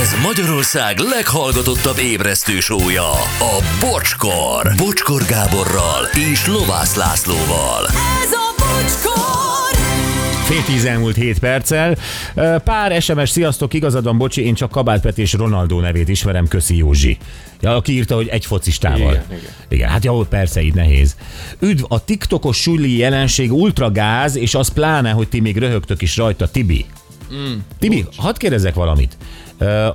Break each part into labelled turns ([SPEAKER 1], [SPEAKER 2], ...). [SPEAKER 1] Ez Magyarország leghallgatottabb ébresztő sója, a Bocskor. Bocskor Gáborral és Lovász Lászlóval.
[SPEAKER 2] Ez a bocskor!
[SPEAKER 3] Fél tíz elmúlt hét perccel. Ö, Pár SMS, sziasztok, igazad van, bocsi, én csak Kabátpet és Ronaldo nevét ismerem, köszi Józsi. Ja, aki írta, hogy egy focistával.
[SPEAKER 4] Igen, igen.
[SPEAKER 3] igen hát jó, persze, így nehéz. Üdv, a TikTokos suli jelenség ultragáz, és az pláne, hogy ti még röhögtök is rajta, Tibi. Mm, Tibi, hadd kérdezek valamit. Ö,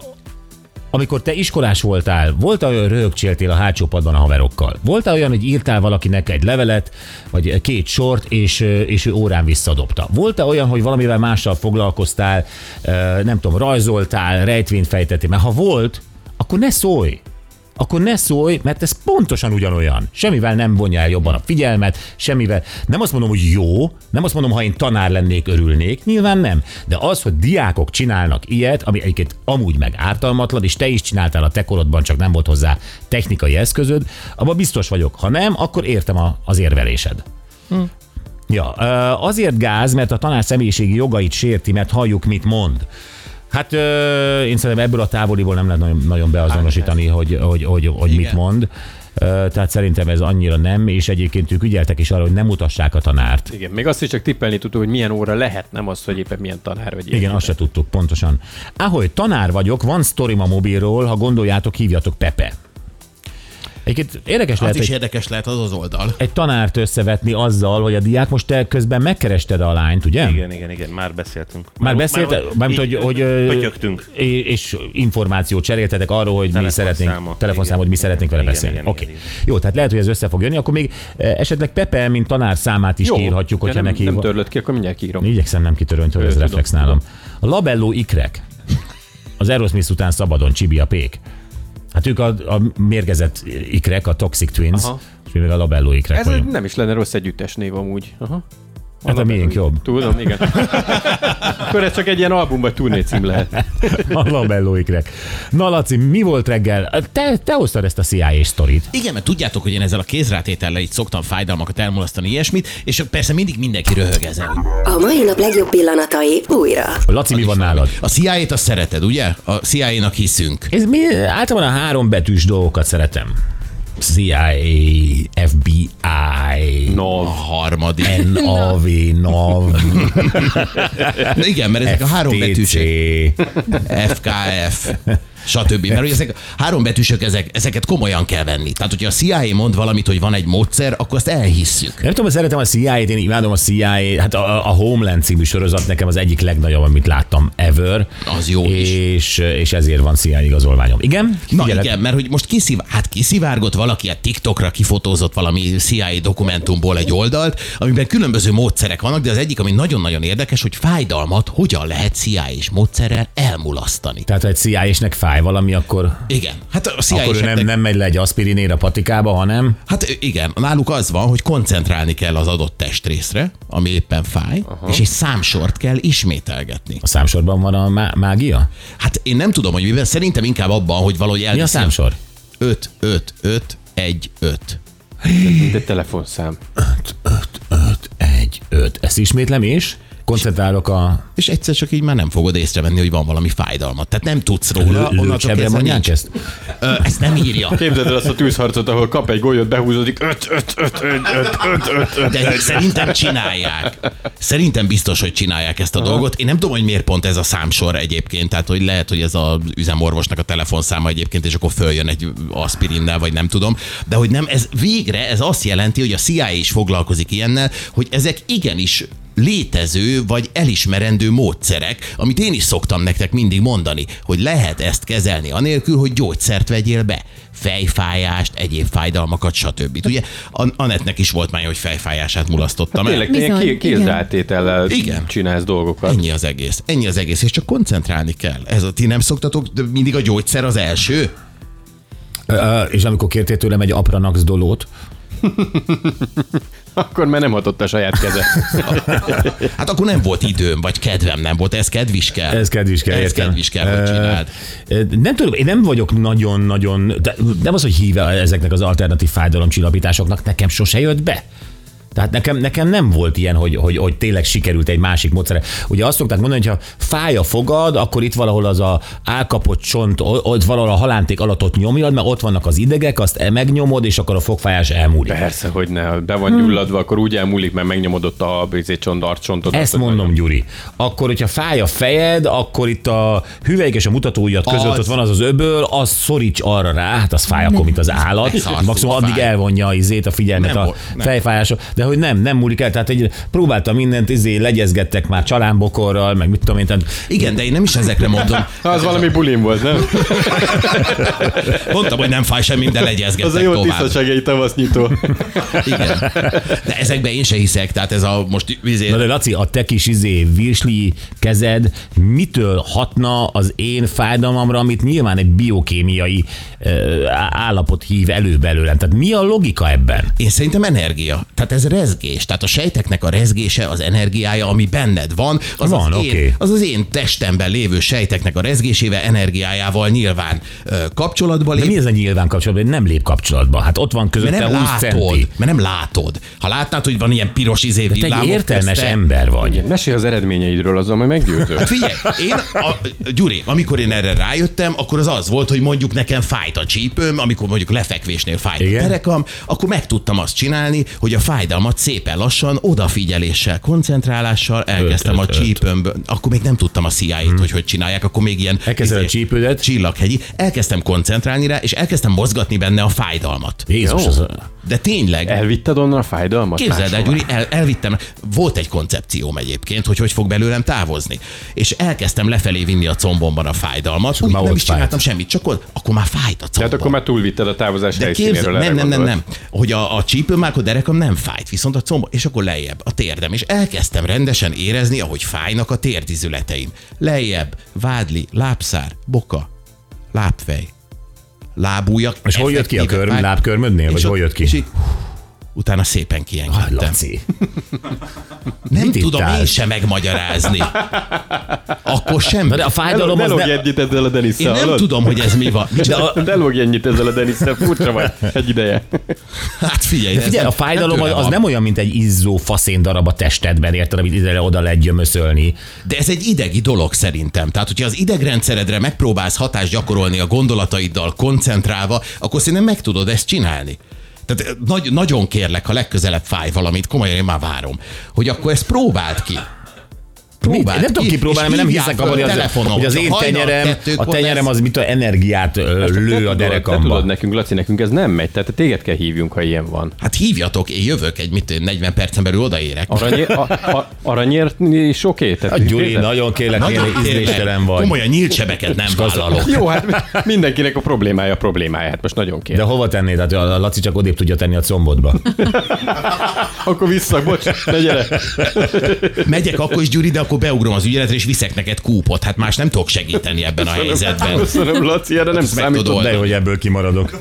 [SPEAKER 3] amikor te iskolás voltál, volt olyan, hogy röhögcséltél a hátsó padban a haverokkal? Volt olyan, hogy írtál valakinek egy levelet, vagy két sort, és, ö, és ő órán visszadobta? Volt olyan, hogy valamivel mással foglalkoztál, ö, nem tudom, rajzoltál, rejtvényt fejtettél? Mert ha volt, akkor ne szólj! Akkor ne szólj, mert ez pontosan ugyanolyan. Semmivel nem vonja el jobban a figyelmet, semmivel. Nem azt mondom, hogy jó, nem azt mondom, ha én tanár lennék, örülnék, nyilván nem. De az, hogy diákok csinálnak ilyet, ami egyébként amúgy meg ártalmatlan, és te is csináltál a te korodban, csak nem volt hozzá technikai eszközöd, abban biztos vagyok. Ha nem, akkor értem a, az érvelésed. Ja, ö, azért gáz, mert a tanár személyiségi jogait sérti, mert halljuk, mit mond. Hát ö, én szerintem ebből a távoliból nem lehet nagyon, nagyon beazonosítani,
[SPEAKER 5] Hát,
[SPEAKER 3] hogy, hogy, hogy, hogy mit mond. Ö, Tehát szerintem ez annyira nem, és egyébként ők ügyeltek is arra, hogy nem mutassák a tanárt.
[SPEAKER 4] Igen, még azt is csak tippelni tudtuk, hogy milyen óra lehet, nem az, hogy éppen milyen tanár vagy.
[SPEAKER 3] Igen, azt se tudtuk, pontosan. Ahogy tanár vagyok, van sztorim a mobilról, ha gondoljátok, hívjatok Pepe. Egyébként érdekes
[SPEAKER 5] Az
[SPEAKER 3] lehet,
[SPEAKER 5] is
[SPEAKER 3] hogy-
[SPEAKER 5] érdekes lehet az az oldal.
[SPEAKER 3] egy tanárt összevetni azzal, hogy a diák most te közben megkerested a lányt, ugye?
[SPEAKER 6] Igen, igen, igen, már beszéltünk.
[SPEAKER 3] Már beszélt, már, mármint, hogy,
[SPEAKER 6] így
[SPEAKER 3] hogy ö,
[SPEAKER 6] pötyögtünk.
[SPEAKER 3] é- és információt cseréltetek arról, hogy mi
[SPEAKER 6] Telefonszáma.
[SPEAKER 3] szeretnénk, telefonszám,
[SPEAKER 6] Igen.
[SPEAKER 3] hogy mi szeretnénk vele
[SPEAKER 6] Igen,
[SPEAKER 3] beszélni.
[SPEAKER 6] igen,
[SPEAKER 3] Oké. Okay.
[SPEAKER 6] igen,
[SPEAKER 3] Jó, tehát lehet, hogy ez össze fog jönni, akkor még eh, esetleg Pepe, mint tanár számát is kiírhatjuk, hogyha
[SPEAKER 4] nem,
[SPEAKER 3] neki...
[SPEAKER 4] nem törlött ki, akkor mindjárt kiírom.
[SPEAKER 3] Igyekszem nem kitörönt, hogy ez
[SPEAKER 4] tudom,
[SPEAKER 3] reflex nálam. A labelló ikrek. Az Aerosmith után szabadon, Csibi a pék. Hát ők a, a mérgezett ikrek, a Toxic Twins,
[SPEAKER 4] Aha.
[SPEAKER 3] és mi meg a labelló ikrek
[SPEAKER 4] Ez
[SPEAKER 3] vagyunk.
[SPEAKER 4] nem is lenne rossz együttes név amúgy. Aha.
[SPEAKER 3] Hát a miénk jobb.
[SPEAKER 4] Tudom, igen. Akkor ez csak egy ilyen album vagy turné cím lehet.
[SPEAKER 3] A labellóikrek. Na Laci, mi volt reggel? Te, te hoztad ezt a CIA sztorit.
[SPEAKER 5] Igen, mert tudjátok, hogy én ezzel a kézrátétellel itt szoktam fájdalmakat elmulasztani, ilyesmit, és persze mindig mindenki röhög ezen. hogy
[SPEAKER 7] A mai nap legjobb pillanatai újra.
[SPEAKER 3] Laci, mi van nálad?
[SPEAKER 5] A CIA-t azt szereted, ugye? A CIA-nak hiszünk.
[SPEAKER 3] Ez mi, általában a három betűs dolgokat szeretem. CIA, FBI,
[SPEAKER 5] A
[SPEAKER 4] No.
[SPEAKER 5] harmadik.
[SPEAKER 3] NAV, NAV,
[SPEAKER 5] Na igen, mert ezek a három
[SPEAKER 3] TC.
[SPEAKER 5] betűsek. FKF, stb. Mert hogy ezek a három betűsök, ezek, ezeket komolyan kell venni. Tehát, hogyha a CIA mond valamit, hogy van egy módszer, akkor azt elhisszük.
[SPEAKER 3] Nem tudom, hogy szeretem a CIA-t, én imádom a CIA, hát a, a Homeland című sorozat nekem az egyik legnagyobb, amit láttam ever.
[SPEAKER 5] Az jó is.
[SPEAKER 3] és, és ezért van CIA igazolványom. Igen?
[SPEAKER 5] Na
[SPEAKER 3] Figyelek.
[SPEAKER 5] igen, mert hogy most kisziv... hát kiszivárgott valaki a TikTokra kifotózott valami CIA dokumentumból egy oldalt, amiben különböző módszerek vannak, de az egyik, ami nagyon-nagyon érdekes, hogy fájdalmat hogyan lehet CIA és módszerrel elmulasztani.
[SPEAKER 3] Tehát, ha egy CIA-snek fáj valami, akkor,
[SPEAKER 5] Igen, hát a CIA
[SPEAKER 3] akkor ő nem,
[SPEAKER 5] -seknek-
[SPEAKER 3] nem megy le egy aspirinéra patikába, hanem...
[SPEAKER 5] Hát igen, náluk az van, hogy koncentrálni kell az adott testrészre, ami éppen fáj, Aha. és egy számsort kell ismételgetni.
[SPEAKER 3] A számsorban van a má- mágia?
[SPEAKER 5] Hát én nem tudom, hogy miben, szerintem inkább abban, hogy valahogy
[SPEAKER 3] Mi a
[SPEAKER 5] elviszi.
[SPEAKER 3] számsor?
[SPEAKER 5] 5, 5, 5, 1, 5.
[SPEAKER 4] Mint egy telefonszám.
[SPEAKER 3] 1, 5. Ezt ismétlem és koncentrálok a
[SPEAKER 5] És egyszer csak így már nem fogod észrevenni, hogy van valami fájdalmat. Tehát nem tudsz róla. onnantól
[SPEAKER 3] lőcsebre
[SPEAKER 5] kezdve
[SPEAKER 3] mondják
[SPEAKER 5] nincs.
[SPEAKER 3] ezt?
[SPEAKER 5] Ö, ezt nem írja.
[SPEAKER 4] Képzeld el azt a tűzharcot, ahol kap egy golyót, behúzódik. Öt, öt, öt, öt, öt, öt, öt, öt.
[SPEAKER 5] De szerintem csinálják. Szerintem biztos, hogy csinálják ezt a dolgot. Én nem tudom, hogy miért pont ez a számsor egyébként. Tehát, hogy lehet, hogy ez az üzemorvosnak a telefonszáma egyébként, és akkor följön egy aspirinnel, vagy nem tudom. De hogy nem, ez végre, ez azt jelenti, hogy a CIA is foglalkozik ilyennel, hogy ezek igenis létező vagy elismerendő módszerek, amit én is szoktam nektek mindig mondani, hogy lehet ezt kezelni anélkül, hogy gyógyszert vegyél be. Fejfájást, egyéb fájdalmakat, stb. Ugye An- Anetnek is volt már, hogy fejfájását mulasztottam el.
[SPEAKER 4] Hát Tényleg, te ilyen
[SPEAKER 2] Bizony,
[SPEAKER 4] ké- kézzeltétellel
[SPEAKER 5] Igen.
[SPEAKER 4] csinálsz dolgokat.
[SPEAKER 5] Ennyi az egész. Ennyi az egész, és csak koncentrálni kell. Ez a ti nem szoktatok, de mindig a gyógyszer az első?
[SPEAKER 3] Ö, És amikor kértél tőlem egy apranax dolót,
[SPEAKER 4] Akkor már nem hatott a saját keze.
[SPEAKER 5] Hát akkor nem volt időm, vagy kedvem nem volt, ez kedvis kell.
[SPEAKER 3] ez kedvis kell,
[SPEAKER 5] Ez
[SPEAKER 3] értem.
[SPEAKER 5] kedvis kell, hogy
[SPEAKER 3] Ö,
[SPEAKER 5] csináld.
[SPEAKER 3] ö, Nem tudom, én nem vagyok nagyon-nagyon, de nem az, hogy híve ezeknek az alternatív fájdalomcsillapításoknak, nekem sose jött be. Tehát nekem, nekem nem volt ilyen, hogy, hogy, hogy tényleg sikerült egy másik módszere. Ugye azt szokták mondani, hogy ha fáj a fogad, akkor itt valahol az a álkapott csont, o- ott valahol a halánték alatt ott nyomjad, mert ott vannak az idegek, azt e- megnyomod, és akkor a fogfájás elmúlik.
[SPEAKER 4] Persze, hogy ne. ha Be van gyulladva, akkor úgy elmúlik, mert megnyomod ott a izé, halbézét csont, arccsontot.
[SPEAKER 3] Ezt
[SPEAKER 4] azt-
[SPEAKER 3] mondom, Gyuri. Akkor, hogyha fáj a fejed, akkor itt a hüvelyk és a mutatóujjad között
[SPEAKER 5] Az.
[SPEAKER 3] ott van az az öböl, az szoríts arra rá, hát az fáj akkor, mint az állat.
[SPEAKER 5] Szarszul
[SPEAKER 3] Maximum addig
[SPEAKER 5] fáj.
[SPEAKER 3] elvonja a izét, a figyelmet
[SPEAKER 5] Nem
[SPEAKER 3] a
[SPEAKER 5] volt, nem.
[SPEAKER 3] fejfájásra, de hogy nem, nem múlik el. Tehát egy, próbáltam mindent, izé, legyezgettek már csalánbokorral, meg mit tudom én. Tehát,
[SPEAKER 5] Igen, de én nem is ezekre mondom.
[SPEAKER 4] Az valami bulim volt, nem?
[SPEAKER 5] Mondtam, hogy nem fáj semmi, de
[SPEAKER 4] Az a
[SPEAKER 5] legyezgettek
[SPEAKER 4] jó
[SPEAKER 5] tovább.
[SPEAKER 4] tisztasági tavasznyitó.
[SPEAKER 5] Igen. De ezekben én se hiszek, tehát ez a most izé,
[SPEAKER 3] Na de Laci, a te kis izé virsli kezed mitől hatna az én fájdalmamra, amit nyilván egy biokémiai ö, á- állapot hív elő belőlem? Tehát mi a logika ebben?
[SPEAKER 5] Én szerintem energia. Tehát ez rezgés. Tehát a sejteknek a rezgése, az energiája, ami benned van, az,
[SPEAKER 3] Van,
[SPEAKER 5] az, én,
[SPEAKER 3] oké.
[SPEAKER 5] az az én testemben lévő sejteknek a rezgésével, energiájával nyilván ö, kapcsolatba
[SPEAKER 3] De
[SPEAKER 5] lép.
[SPEAKER 3] mi ez a nyilván kapcsolatban? Én Nem lép kapcsolatba. Hát ott van
[SPEAKER 5] Mert
[SPEAKER 3] közötte
[SPEAKER 5] nem
[SPEAKER 3] 20
[SPEAKER 5] látod,
[SPEAKER 3] centi.
[SPEAKER 5] mert nem látod. Ha látnád, hogy van ilyen piros izé
[SPEAKER 3] Te
[SPEAKER 5] villámok,
[SPEAKER 3] egy értelmes
[SPEAKER 5] közte-
[SPEAKER 3] ember vagy.
[SPEAKER 4] Mesélj az eredményeidről, az, ami meggyőző.
[SPEAKER 5] Hát Figyelj, én, a, Gyuri, amikor én erre rájöttem, akkor az az volt, hogy mondjuk nekem fájt a csípőm, amikor mondjuk lefekvésnél fájt Igen?
[SPEAKER 3] Igen.
[SPEAKER 5] a derekam, akkor meg tudtam azt csinálni, hogy a fájdalmat szépen lassan, odafigyeléssel, koncentrálással elkezdtem
[SPEAKER 3] Öt,
[SPEAKER 5] a
[SPEAKER 3] öt, öt.
[SPEAKER 5] csípőmből. Akkor még nem tudtam a CIA-t, hogy hogy csinálják, akkor még ilyen...
[SPEAKER 3] Elkezded Hmm. a
[SPEAKER 5] izé,
[SPEAKER 3] csípődet?
[SPEAKER 5] Csillaghegyi. Elkezdtem koncentrálni rá, és elkezdtem mozgatni benne a fájdalmat.
[SPEAKER 3] Jézus, az a...
[SPEAKER 5] De tényleg...
[SPEAKER 4] Elvitted onnan a fájdalmat?
[SPEAKER 5] Képzeld el,
[SPEAKER 4] Máshova?
[SPEAKER 5] Gyuri, el, elvittem, volt egy koncepcióm egyébként, hogy hogy fog belőlem távozni. És elkezdtem lefelé vinni a combomban a fájdalmat, úgy
[SPEAKER 3] már
[SPEAKER 5] nem is
[SPEAKER 3] ott
[SPEAKER 5] csináltam
[SPEAKER 3] fájt.
[SPEAKER 5] semmit, csak ott, akkor már fájt a
[SPEAKER 4] Tehát
[SPEAKER 5] combom.
[SPEAKER 4] hát akkor már túlvitted a távozás
[SPEAKER 5] De
[SPEAKER 4] helyszínéről.
[SPEAKER 5] képzeld,
[SPEAKER 4] erre
[SPEAKER 5] nem, nem, nem,
[SPEAKER 4] gondolsz.
[SPEAKER 5] nem, hogy a, a csípőm, már a derekam nem fájt, viszont a combom, és akkor lejjebb, a térdem, és elkezdtem rendesen érezni, ahogy fájnak a térdizületeim. Lejjebb, vádli, lábszár, boka, lábfej, lábújak.
[SPEAKER 3] És hol jött ki a
[SPEAKER 5] effektíve
[SPEAKER 3] körm,
[SPEAKER 5] fáj.
[SPEAKER 3] lábkörmödnél, vagy
[SPEAKER 5] És
[SPEAKER 3] hol
[SPEAKER 5] ott-
[SPEAKER 3] jött ki?
[SPEAKER 5] és így- Utána szépen
[SPEAKER 3] Aj,
[SPEAKER 5] kiengedtem.
[SPEAKER 3] Laci.
[SPEAKER 5] Nem
[SPEAKER 3] Mit
[SPEAKER 5] tudom
[SPEAKER 3] írtál?
[SPEAKER 5] én sem megmagyarázni. Akkor sem.
[SPEAKER 3] Na de a
[SPEAKER 4] Ne lo-
[SPEAKER 3] fájdalom
[SPEAKER 4] Ne
[SPEAKER 3] az
[SPEAKER 4] lógj
[SPEAKER 3] ne...
[SPEAKER 4] ennyit ezzel a
[SPEAKER 5] Én
[SPEAKER 4] Denisszel.
[SPEAKER 5] nem
[SPEAKER 4] hallod?
[SPEAKER 5] tudom, hogy ez mi van. De a,
[SPEAKER 4] Ne lógj ennyit ezzel a Denisszel, furcsa vagy egy ideje.
[SPEAKER 5] hát figyelj, ez
[SPEAKER 3] Figyelj,
[SPEAKER 5] nem-
[SPEAKER 3] a fájdalom
[SPEAKER 5] nem
[SPEAKER 3] az,
[SPEAKER 5] tőlem
[SPEAKER 3] az
[SPEAKER 5] van.
[SPEAKER 3] nem olyan, mint egy izzó faszén darab a testedben, érted, amit ide oda lehet gyömöszölni.
[SPEAKER 5] De ez egy idegi dolog szerintem. Tehát, hogyha az idegrendszeredre megpróbálsz hatást gyakorolni a gondolataiddal koncentrálva, akkor szerintem meg tudod ezt csinálni. Tehát eh, nagy, nagyon kérlek, ha legközelebb fáj valamit, komolyan én már várom, hogy akkor ezt próbáld ki.
[SPEAKER 3] Mit? Nem tudom kipróbálni, mert nem hiszek abban, hogy az, hogy az én tenyerem, a tenyerem az mit a energiát ö, lő a
[SPEAKER 4] hát, Te tudod
[SPEAKER 3] derekamba.
[SPEAKER 4] nekünk, Laci, nekünk ez nem megy, tehát téged kell hívjunk, ha ilyen van.
[SPEAKER 5] Hát hívjatok, én jövök egy, mit, én 40 percen belül odaérek.
[SPEAKER 4] Aranyér, a, a, aranyért is oké? Tehát
[SPEAKER 3] A Hát, Gyuri,
[SPEAKER 4] érted?
[SPEAKER 3] nagyon kérlek,
[SPEAKER 5] Na,
[SPEAKER 3] nagyon
[SPEAKER 5] tényleg,
[SPEAKER 3] ízléstelen vagy.
[SPEAKER 5] Komolyan nyílt sebeket nem vállalok.
[SPEAKER 4] Jó, hát mindenkinek a problémája a problémája, hát most nagyon
[SPEAKER 3] De
[SPEAKER 4] kérlek.
[SPEAKER 3] hova tennéd? Hát a Laci csak odébb tudja tenni a combodba.
[SPEAKER 4] Akkor vissza, bocs, ne gyere.
[SPEAKER 5] Megyek akkor is, Gyuri, de akkor beugrom az ügyeletre, és viszek neked kúpot. Hát más nem tudok segíteni ebben a helyzetben.
[SPEAKER 4] Köszönöm, Laci, erre nem
[SPEAKER 5] meg
[SPEAKER 4] számított.
[SPEAKER 5] tudod
[SPEAKER 3] De jó, hogy ebből kimaradok.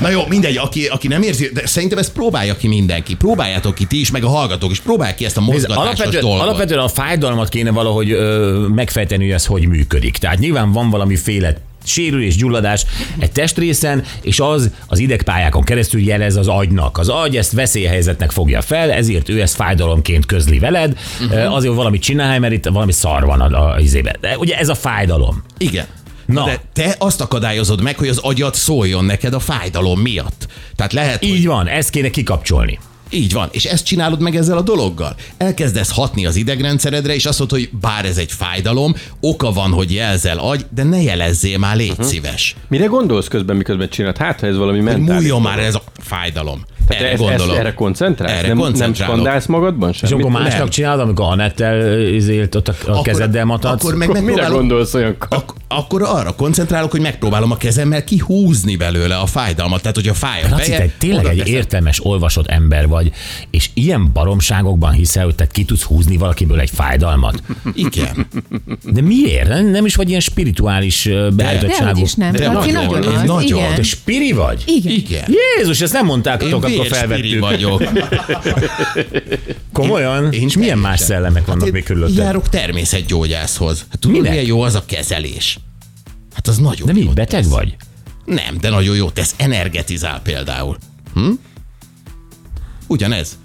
[SPEAKER 5] Na jó, mindegy, aki, aki nem érzi, de szerintem ezt próbálja ki mindenki. Próbáljátok ki ti is, meg a hallgatók is. Próbálják ki ezt a
[SPEAKER 3] Nézd,
[SPEAKER 5] mozgatásos
[SPEAKER 3] alapvetően,
[SPEAKER 5] dolgot.
[SPEAKER 3] alapvetően a fájdalmat kéne valahogy ö, megfejteni, hogy ez hogy működik. Tehát nyilván van valami féle sérülés, gyulladás egy testrészen, és az az idegpályákon keresztül jelez az agynak. Az agy ezt veszélyhelyzetnek fogja fel, ezért ő ezt fájdalomként közli veled,
[SPEAKER 5] Mhm.
[SPEAKER 3] uh-huh. azért hogy valamit csinálj, mert itt valami szar van a, a izébe. De ugye ez a fájdalom.
[SPEAKER 5] Igen.
[SPEAKER 3] Na.
[SPEAKER 5] De te azt akadályozod meg, hogy az agyad szóljon neked a fájdalom miatt. Tehát lehet, hogy
[SPEAKER 3] Így van, ezt kéne kikapcsolni.
[SPEAKER 5] Így van, és ezt csinálod meg ezzel a dologgal. Elkezdesz hatni az idegrendszeredre, és azt mondod, hogy bár ez egy fájdalom, oka van, hogy jelzel agy, de ne jelezzél már, légy uh-huh. szíves.
[SPEAKER 4] Mire gondolsz közben, miközben csinálod? Hát, ha ez valami mentális.
[SPEAKER 5] Múljon már ez a fájdalom.
[SPEAKER 4] Te
[SPEAKER 5] erre
[SPEAKER 4] ezt, ezt,
[SPEAKER 5] gondolok.
[SPEAKER 4] erre koncentrálsz?
[SPEAKER 5] Erre
[SPEAKER 4] nem, nem
[SPEAKER 5] koncentrálok.
[SPEAKER 4] skandálsz magadban
[SPEAKER 3] És
[SPEAKER 4] sem?
[SPEAKER 3] amikor másnak
[SPEAKER 5] nem.
[SPEAKER 3] csinálod, amikor Anettel izélt ott a, a kezeddel matadsz.
[SPEAKER 5] Akkor meg
[SPEAKER 4] Mire
[SPEAKER 5] megpróbálom,
[SPEAKER 4] gondolsz olyankor?
[SPEAKER 5] ak- akkor arra koncentrálok, hogy megpróbálom a kezemmel kihúzni belőle a fájdalmat. Tehát, hogyha fáj a
[SPEAKER 3] Laci,
[SPEAKER 5] feje,
[SPEAKER 3] te tényleg
[SPEAKER 5] oda
[SPEAKER 3] egy
[SPEAKER 5] teszem.
[SPEAKER 3] értelmes, olvasott ember vagy, és ilyen baromságokban hiszel, hogy te ki tudsz húzni valakiből egy fájdalmat.
[SPEAKER 5] Igen.
[SPEAKER 3] De miért? Nem, nem is vagy ilyen spirituális ö,
[SPEAKER 6] Dehogy
[SPEAKER 3] beállítottságú.
[SPEAKER 6] is nem.
[SPEAKER 5] De
[SPEAKER 6] Laci
[SPEAKER 5] nagyon,
[SPEAKER 6] nagyon
[SPEAKER 5] én
[SPEAKER 6] az.
[SPEAKER 5] nagyon.
[SPEAKER 6] Igen.
[SPEAKER 3] Te spiri vagy?
[SPEAKER 6] Igen.
[SPEAKER 5] Igen.
[SPEAKER 3] Jézus, ezt nem
[SPEAKER 5] Én
[SPEAKER 3] mondtátok, akkor
[SPEAKER 5] vérspiri
[SPEAKER 3] felvettük.
[SPEAKER 5] vagyok.
[SPEAKER 3] Komolyan?
[SPEAKER 5] Én
[SPEAKER 3] és milyen más
[SPEAKER 5] teljesen.
[SPEAKER 3] szellemek vannak még körülötted?
[SPEAKER 5] Hát Járok természetgyógyászhoz. Hát tudod,
[SPEAKER 3] Minek?
[SPEAKER 5] milyen jó az a kezelés? Hát az nagyon
[SPEAKER 3] De mi,
[SPEAKER 5] jót
[SPEAKER 3] beteg
[SPEAKER 5] tesz.
[SPEAKER 3] vagy?
[SPEAKER 5] Nem, de nagyon jó tesz. Energetizál például. Hm? Ugyanez.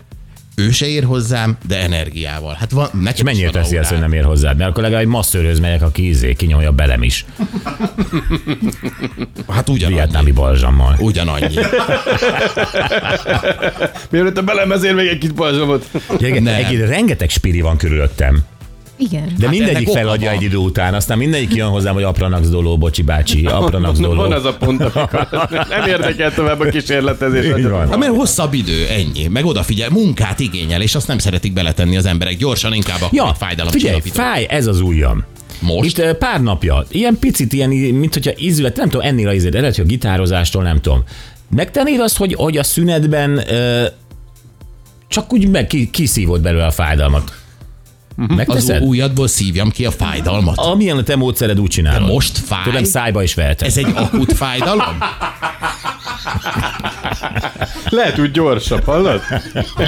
[SPEAKER 5] ő se ér hozzám, de energiával. Hát van, nekem is
[SPEAKER 3] Mennyire
[SPEAKER 5] van
[SPEAKER 3] teszi ezt,
[SPEAKER 5] aurám.
[SPEAKER 3] hogy nem ér hozzá? Mert akkor legalább egy masszörhöz megyek, aki izé, kinyomja belem is.
[SPEAKER 5] Hát ugyanannyi.
[SPEAKER 3] Vietnámi balzsammal.
[SPEAKER 5] Ugyanannyi.
[SPEAKER 4] Mielőtt a belem ezért még egy kis balzsamot.
[SPEAKER 3] Gyerekek,
[SPEAKER 5] Nem.
[SPEAKER 3] egy, rengeteg spiri van körülöttem.
[SPEAKER 6] Igen.
[SPEAKER 3] De
[SPEAKER 5] Hát
[SPEAKER 3] hát mindegyik
[SPEAKER 5] ennek oka
[SPEAKER 3] feladja
[SPEAKER 5] van.
[SPEAKER 3] egy idő után, aztán mindegyik jön hozzám, hogy apranax doló, bocsi bácsi, apranax doló.
[SPEAKER 4] Van az a pont, amikor nem érdekel tovább a kísérletezés.
[SPEAKER 3] Így van.
[SPEAKER 5] Hát mert hosszabb idő, ennyi. Meg odafigyel, munkát igényel, és azt nem szeretik beletenni az emberek. Gyorsan inkább akkor
[SPEAKER 3] Ja,
[SPEAKER 5] ja, fájdalom
[SPEAKER 3] figyelj,
[SPEAKER 5] csillapító.
[SPEAKER 3] fáj ez az ujjam.
[SPEAKER 5] Most?
[SPEAKER 3] Itt ö, pár napja, ilyen picit, ilyen, í- mint hogyha izület, nem tudom, ennél a izület, de lehet, hogy a gitározástól, nem tudom. Megtennéd azt, hogy, hogy a szünetben ö, csak úgy meg ki, kiszívod belőle a fájdalmat.
[SPEAKER 5] Mhm. az
[SPEAKER 3] Megteszed?
[SPEAKER 5] újadból szívjam ki a fájdalmat.
[SPEAKER 3] Amilyen a te módszered, úgy
[SPEAKER 5] De
[SPEAKER 3] csinálod.
[SPEAKER 5] most fáj.
[SPEAKER 3] Tudom, szájba is veheted.
[SPEAKER 5] Ez egy akut fájdalom?
[SPEAKER 4] Lehet úgy gyorsabb, hallod?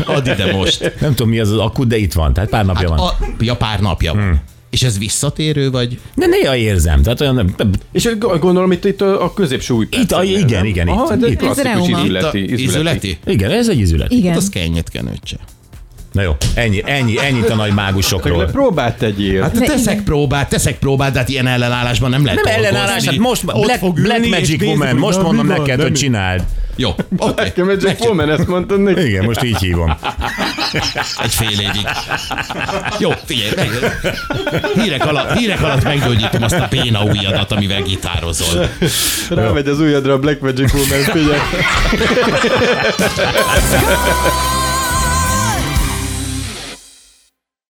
[SPEAKER 5] Add ide most.
[SPEAKER 3] Nem tudom, mi az az akut, de itt van, tehát pár napja van.
[SPEAKER 5] Hát A, ja, pár napja van. És ez visszatérő, vagy?
[SPEAKER 3] De néha érzem, tehát olyan nem...
[SPEAKER 4] És g- gondolom itt, itt a a középső új
[SPEAKER 3] Itt, a, igen, igen,
[SPEAKER 4] Aha,
[SPEAKER 3] itt.
[SPEAKER 4] de
[SPEAKER 3] itt.
[SPEAKER 4] klasszikus
[SPEAKER 6] reuma.
[SPEAKER 4] izületi. izületi.
[SPEAKER 5] Izületi?
[SPEAKER 3] Igen, ez egy izület.
[SPEAKER 6] Igen.
[SPEAKER 5] Hát az kenyet kenőcse.
[SPEAKER 3] Na jó, ennyi, ennyi, ennyit a nagy mágusokról.
[SPEAKER 4] Legalább próbát tegyél.
[SPEAKER 5] Hát
[SPEAKER 6] Ne,
[SPEAKER 5] teszek
[SPEAKER 6] igen.
[SPEAKER 5] próbát, teszek próbát, de hát ilyen ellenállásban nem lehet
[SPEAKER 3] Nem
[SPEAKER 5] dolgozni.
[SPEAKER 3] ellenállás, hát most Black,
[SPEAKER 5] fog ülni,
[SPEAKER 3] Black
[SPEAKER 5] és
[SPEAKER 3] Magic
[SPEAKER 5] nézi,
[SPEAKER 3] Woman,
[SPEAKER 5] hogy
[SPEAKER 3] most
[SPEAKER 5] na, mi
[SPEAKER 3] mondom
[SPEAKER 5] van,
[SPEAKER 3] neked,
[SPEAKER 5] nem
[SPEAKER 3] hogy
[SPEAKER 5] mi-
[SPEAKER 3] csináld.
[SPEAKER 5] Jó, oké.
[SPEAKER 4] Nekem egy
[SPEAKER 5] Neki-
[SPEAKER 4] Fomen, ezt mondtad neki.
[SPEAKER 3] Igen, most így hívom.
[SPEAKER 5] Egy fél évig. Jó, figyelj, meg, hírek, alatt, hírek alatt meggyógyítom azt a péna ujjadat, amivel gitározol.
[SPEAKER 4] Rámegy az ujjadra a Black Magic Woman, figyelj.
[SPEAKER 2] Bocskor!